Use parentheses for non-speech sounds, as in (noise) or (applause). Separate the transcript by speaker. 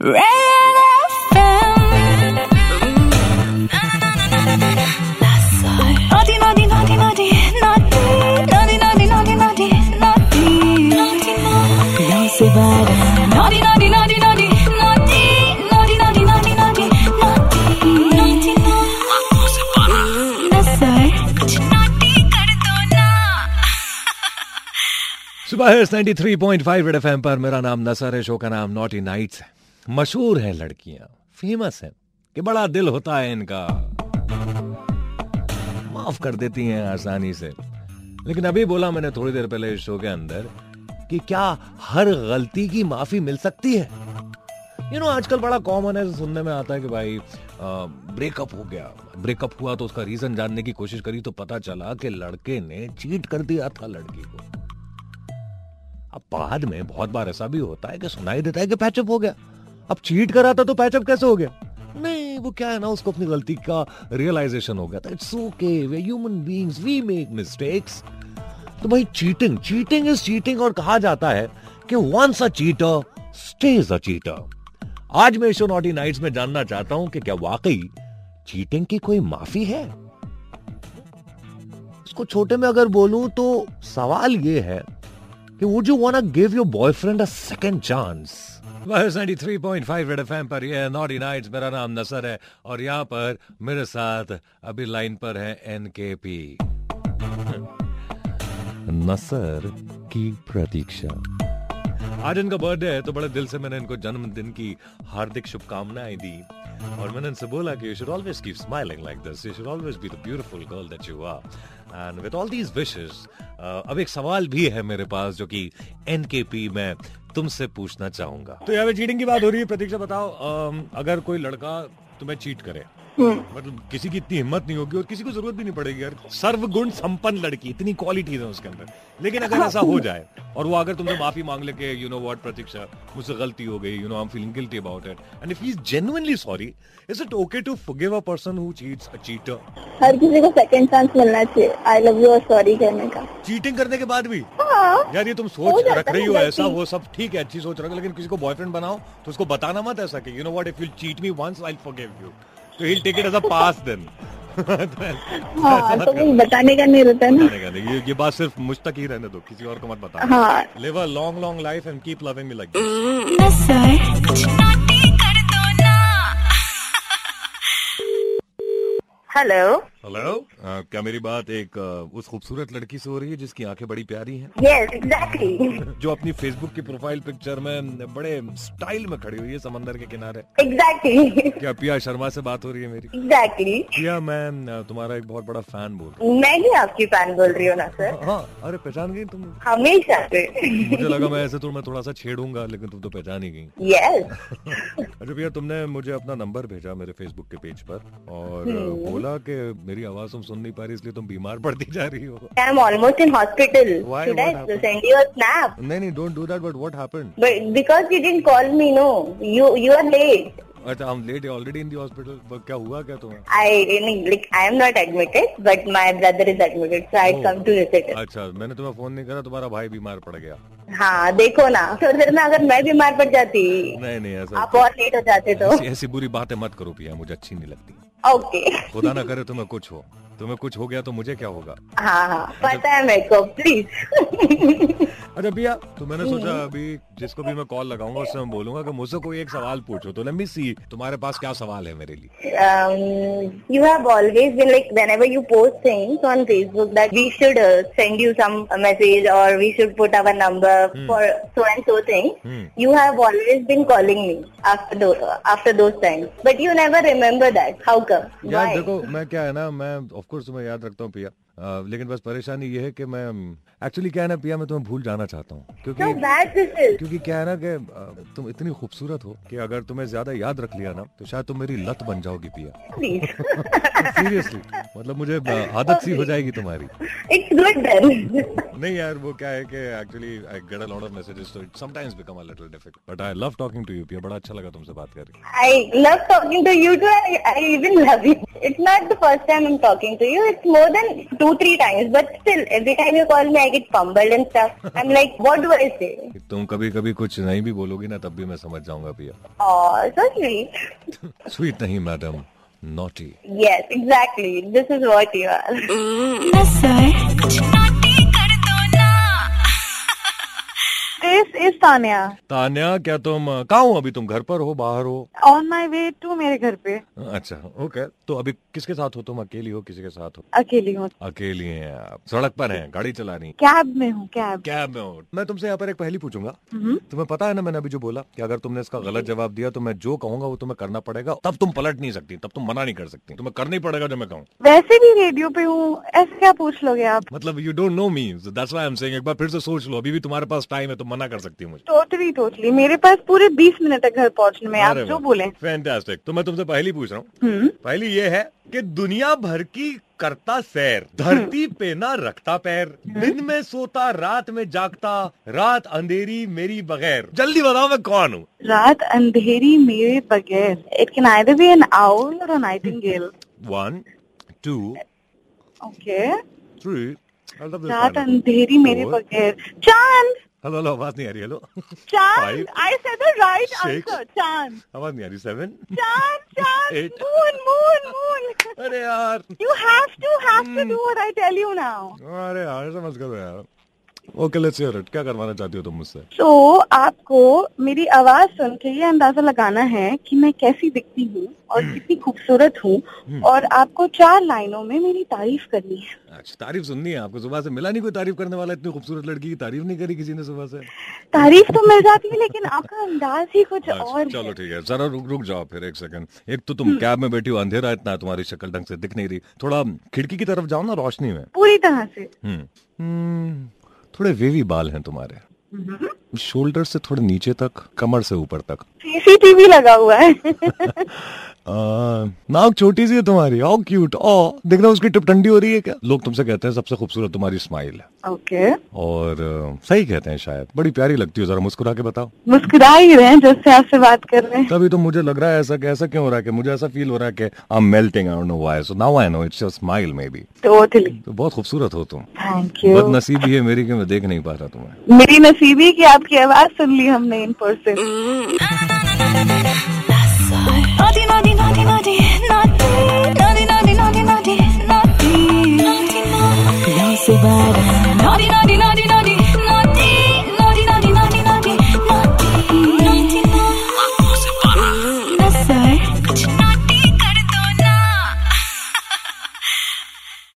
Speaker 1: Red FM. 어딘 어딘 어딘 어딘 너딘 어딘 어딘 어딘 어딘 너딘 어딘 어딘 어딘 어딘 너딘 어딘 어딘 어딘 어딘 너딘 낯설 같이 너딘 가르도 나
Speaker 2: सुबह है 93.5 red FM पर मेरा नाम नसर है शो का नाम नॉटी नाइट्स है मशहूर हैं लड़कियां फेमस हैं कि बड़ा दिल होता है इनका माफ कर देती हैं आसानी से लेकिन अभी बोला मैंने थोड़ी देर पहले इस शो के अंदर कि क्या हर गलती की माफी मिल सकती है यू नो आजकल बड़ा कॉमन है सुनने में आता है कि भाई ब्रेकअप हो गया ब्रेकअप हुआ तो उसका रीजन जानने की कोशिश करी तो पता चला कि लड़के ने चीट कर दिया था लड़की को अब बाद में बहुत बार ऐसा भी होता है कि सुनाई देता है कि पैचअप हो गया अब चीट करा था तो पैचअप कैसे हो गया नहीं वो क्या है ना उसको अपनी गलती का रियलाइजेशन हो गया तो था it's okay we human beings we make mistakes तो भाई चीटिंग चीटिंग इज चीटिंग और कहा जाता है कि once a cheater stays a cheater आज मैं शो नॉटी नाइट्स में जानना चाहता हूं कि क्या वाकई चीटिंग की कोई माफी है इसको छोटे में अगर बोलूं तो सवाल ये है कि would you want give your boyfriend a second chance बस 93.5 रेड एफएम पर ये नॉटी नाइट्स मेरा नाम नसर है और यहाँ पर मेरे साथ अभी लाइन पर है एनकेपी (laughs) नसर की प्रतीक्षा आज इनका बर्थडे है तो बड़े दिल से मैंने इनको जन्मदिन की हार्दिक शुभकामनाएं दी और मैंने इनसे बोला कि you should always keep smiling like this you should always be the beautiful girl that you are and with all these wishes uh, अब एक सवाल भी है मेरे पास जो कि एनकेपी में तुमसे पूछना चाहूंगा तो यहाँ पे चीटिंग की बात हो रही है प्रतीक्षा बताओ अम, अगर कोई लड़का तुम्हें चीट करे मतलब किसी की इतनी हिम्मत नहीं होगी और किसी को जरूरत भी नहीं पड़ेगी यार सर्वगुण संपन्न लड़की इतनी क्वालिटीज है उसके अंदर लेकिन अगर
Speaker 3: हाँ,
Speaker 2: ऐसा हो जाए और वो अगर तुमसे माफी मांग ले के यू नो व्हाट प्रतीक्षा मुझसे गलती हो गई you know I am feeling guilty about it and if he is genuinely sorry is it okay to forgive a person who cheats a cheater
Speaker 3: हर किसी को सेकंड चांस मिलना चाहिए आई लव यू और सॉरी कहने का
Speaker 2: cheating करने के बाद भी
Speaker 3: हाँ
Speaker 2: यार ये तुम
Speaker 3: हो
Speaker 2: सोच
Speaker 3: जाता
Speaker 2: रख रही
Speaker 3: है
Speaker 2: हो
Speaker 3: गलती।
Speaker 2: ऐसा वो सब ठीक है अच्छी सोच रखो लेकिन किसी को बॉयफ्रेंड बनाओ तो उसको बताना मत ऐसा कि you know what if you cheat me once I forgive you तो he take it as a pass (laughs) then तो
Speaker 3: हाँ तो वही बताने का नहीं रहता है ना
Speaker 2: बताने का नहीं ये, ये बात सिर्फ मुझ तक ही रहने दो किसी और को मत बताओ
Speaker 3: हाँ
Speaker 2: live a long long life and keep loving me like
Speaker 1: 낯설 같이 너딘 가르도 나
Speaker 3: hello
Speaker 2: hello क्या मेरी बात एक uh, उस खूबसूरत लड़की से हो रही है जिसकी आंखें बड़ी प्यारी हैं
Speaker 3: यस एग्जैक्टली
Speaker 2: जो अपनी फेसबुक की प्रोफाइल पिक्चर में बड़े स्टाइल में खड़ी हुई है समंदर के किनारे
Speaker 3: एग्जैक्टली
Speaker 2: क्या पिया शर्मा से बात हो रही है मेरी
Speaker 3: एग्जैक्टली
Speaker 2: पिया मैं uh, तुम्हारा एक बहुत बड़ा फैन बोल रहा
Speaker 3: मैं ही आपकी फैन बोल रही हूँ ना सर
Speaker 2: हूँ हाँ अरे पहचान गई तुम
Speaker 3: हमेशा से
Speaker 2: मुझे लगा मैं ऐसे तो मैं थोड़ा सा छेड़ूंगा लेकिन तुम तो पहचान ही गई
Speaker 3: यस
Speaker 2: अच्छा भैया तुमने मुझे अपना नंबर भेजा मेरे फेसबुक के पेज पर और अ, बोला कि मेरी आवाज तुम सुन नहीं पा रही इसलिए तुम बीमार पड़ती जा रही हो
Speaker 3: I am almost in hospital
Speaker 2: Why?
Speaker 3: Should
Speaker 2: What
Speaker 3: I
Speaker 2: happened?
Speaker 3: Send you a snap
Speaker 2: नहीं नहीं don't do that but what happened
Speaker 3: but because you didn't call me no you you are late
Speaker 2: अच्छा हम late already in the hospital क्या हुआ क्या तुम्हें
Speaker 3: आई like i am not admitted but my brother is admitted so i
Speaker 2: Oh.
Speaker 3: come to visit him
Speaker 2: अच्छा मैंने तुम्हें phone नहीं करा तुम्हारा भाई बीमार पड़ गया
Speaker 3: हाँ देखो ना थोड़ी देर में अगर मैं बीमार पड़ जाती
Speaker 2: नहीं नहीं ऐसा
Speaker 3: आप और लेट हो जाते तो
Speaker 2: ऐसी, ऐसी बुरी बातें मत करो पिया मुझे अच्छी नहीं लगती
Speaker 3: ओके
Speaker 2: खुदा ना करे तुम्हें कुछ हो तुम्हें कुछ हो गया तो मुझे क्या होगा
Speaker 3: हाँ हाँ पता है मेरे को प्लीज
Speaker 2: अच्छा भैया तो मैंने सोचा अभी जिसको भी मैं कॉल लगाऊंगा उससे मैं बोलूंगा कि मुझसे कोई एक सवाल पूछो तो लेट मी सी तुम्हारे पास क्या सवाल है मेरे लिए
Speaker 3: Um, you have always been like whenever you post things on Facebook that we should uh, send you some message or we should put our number for so and so thing.
Speaker 2: Hmm.
Speaker 3: You have always been calling me after tho- after those times, but you never remember that. How come?
Speaker 2: यार
Speaker 3: Why?
Speaker 2: देखो मैं क्या है ना मैं of course तुम्हें याद रखता हूँ पिया अ, लेकिन बस परेशानी ये है कि मैं एक्चुअली क्या है ना पिया मैं तुम्हें भूल जाना चाहता हूँ
Speaker 3: So
Speaker 2: क्योंकि
Speaker 3: bad this is.
Speaker 2: क्योंकि क्या है ना कि अ, तुम इतनी खूबसूरत हो कि अगर तुम्हें ज्यादा याद रख लिया ना तो शायद तुम मेरी लत बन जाओगी पिया
Speaker 3: Please. (laughs)
Speaker 2: सीरियसली मतलब मुझे अ, आदत सी हो जाएगी तुम्हारी
Speaker 3: it's good then.
Speaker 2: नहीं यार वो क्या है कि actually I get a lot of messages so it sometimes become a little difficult but I love talking to you पिया बड़ा अच्छा लगा तुमसे बात करके
Speaker 3: I love talking to you too. I, I even love you. It's not the first time I'm talking to you. It's more than two
Speaker 4: two, three times. But still, every time you call me, I get fumbled and stuff. I'm like, what do I say?
Speaker 2: तुम कभी कभी कुछ नहीं भी बोलोगी ना तब भी मैं समझ जाऊंगा पिया (laughs)
Speaker 4: Oh, so sweet.
Speaker 2: स्वीट नहीं madam naughty
Speaker 4: Yes, exactly. This is what you are.
Speaker 3: (laughs) This is Tanya.
Speaker 2: Tanya क्या तुम अ, कहाँ हो अभी तुम घर पर हो बाहर हो
Speaker 3: On my way to मेरे घर पे
Speaker 2: अच्छा ओके तो अभी किसके साथ हो तुम अकेली हो किसी के साथ हो
Speaker 3: अकेली हूँ
Speaker 2: अकेली हैं आप सड़क पर हैं गाड़ी चला रही हैं।
Speaker 3: कैब में हूँ कैब
Speaker 2: कैब में हो मैं तुमसे यहाँ पर एक पहेली पूछूंगा
Speaker 3: हम्म।
Speaker 2: तुम्हें पता है ना मैंने अभी जो बोला कि अगर तुमने इसका गलत जवाब दिया तो मैं जो कहूंगा वो तुम्हें करना पड़ेगा तब तुम पलट नहीं सकती तब तुम मना नहीं कर सकती तुम्हें करना ही पड़ेगा जो मैं कहूँ
Speaker 3: वैसे भी रेडियो पे हूँ ऐसे क्या पूछ लोगे आप
Speaker 2: मतलब you don't know me that's why I am saying एक बार फिर से सोच लो अभी भी तुम्हारे पास टाइम है तुम मना कर सकती हो मुझे
Speaker 3: टोटली टोटली मेरे पास पूरे 20 मिनट है घर पहुँचने में आप
Speaker 2: अरे
Speaker 3: जो
Speaker 2: वाह,
Speaker 3: बोले
Speaker 2: fantastic. तो मैं तुमसे पहली पूछ रहा हूँ
Speaker 3: हम्म
Speaker 2: पहली ये है कि दुनिया भर की करता सैर धरती पे ना रखता पैर दिन में सोता रात में जागता रात अंधेरी मेरी बगैर जल्दी बताओ मैं कौन हूँ
Speaker 3: रात अंधेरी मेरे बगैर it can either be an owl और nightingale
Speaker 2: one two
Speaker 3: okay
Speaker 2: Hmm. Three I love this
Speaker 3: रात
Speaker 2: final.
Speaker 3: अंधेरी मेरे
Speaker 2: Four.
Speaker 3: बगैर चांद
Speaker 2: हेलो हेलो आवाज नहीं आ रही हेलो
Speaker 3: चांद
Speaker 2: Five.
Speaker 3: I said the right
Speaker 2: Six.
Speaker 3: Answer चांद
Speaker 2: आवाज नहीं आ रही सेवन
Speaker 3: चांद चांद
Speaker 2: Eight.
Speaker 3: मून मून
Speaker 2: (laughs)
Speaker 3: मून
Speaker 2: अरे यार
Speaker 3: You have to have to
Speaker 2: Hmm.
Speaker 3: do what I tell you now.
Speaker 2: अरे यार समझ करो यार ओके लेट्स हियर इट क्या करवाना चाहती हो तुम मुझसे
Speaker 3: तो आपको मेरी आवाज सुन के ये अंदाजा लगाना है कि मैं कैसी दिखती हूँ और
Speaker 2: Hmm.
Speaker 3: कितनी खूबसूरत हूँ और आपको चार लाइनों में मेरी तारीफ करनी है
Speaker 2: अच्छा तारीफ सुननी है आपको सुबह से मिला नहीं कोई तारीफ करने वाला इतनी खूबसूरत लड़की की तारीफ नहीं करी किसी ने सुबह से
Speaker 3: तारीफ तो मिल जाती है लेकिन आपका अंदाज ही कुछ
Speaker 2: अच्छा,
Speaker 3: और
Speaker 2: चलो
Speaker 3: है। हम्म।
Speaker 2: ठीक है जरा रुक रुक जाओ फिर एक सेकंड एक तो तुम कैब में बैठी हो अंधेरा इतना है, तुम्हारी शक्ल ढंग से दिख नहीं रही थोड़ा खिड़की की तरफ जाओ ना रोशनी में
Speaker 3: पूरी तरह से
Speaker 2: हम्म, हम्म, थोड़े वेवी बाल हैं तुम्हारे शोल्डर से थोड़े नीचे तक कमर से ऊपर तक
Speaker 3: सीसीटीवी लगा हुआ है (laughs)
Speaker 2: आ, नाक छोटी सी है तुम्हारी हाउ क्यूट ओ देख रहा हो उसकी टिप ठंडी हो रही है क्या लोग तुमसे कहते हैं सबसे खूबसूरत तुम्हारी स्माइल है
Speaker 3: ओके
Speaker 2: और अ, सही कहते हैं शायद बड़ी प्यारी लगती हो जरा मुस्कुरा के बताओ
Speaker 3: मुस्कुरा ही रहे हैं जब से आपसे बात कर रहे हैं
Speaker 2: तभी तो मुझे लग रहा है ऐसा ऐसा क्यों हो रहा है कि मुझे ऐसा फील हो रहा है कि I am melting I don't know why so now I know it's your smile maybe
Speaker 3: totally
Speaker 2: तो बहुत खूबसूरत हो तुम
Speaker 3: थैंक
Speaker 2: बहुत
Speaker 3: यू
Speaker 2: नसीब है मेरी कि मैं देख नहीं पा रहा तुम्हें
Speaker 3: मेरी नसीबी की आपकी आवाज सुन ली हमने in person
Speaker 1: naughty, naughty, naughty, naughty, naughty.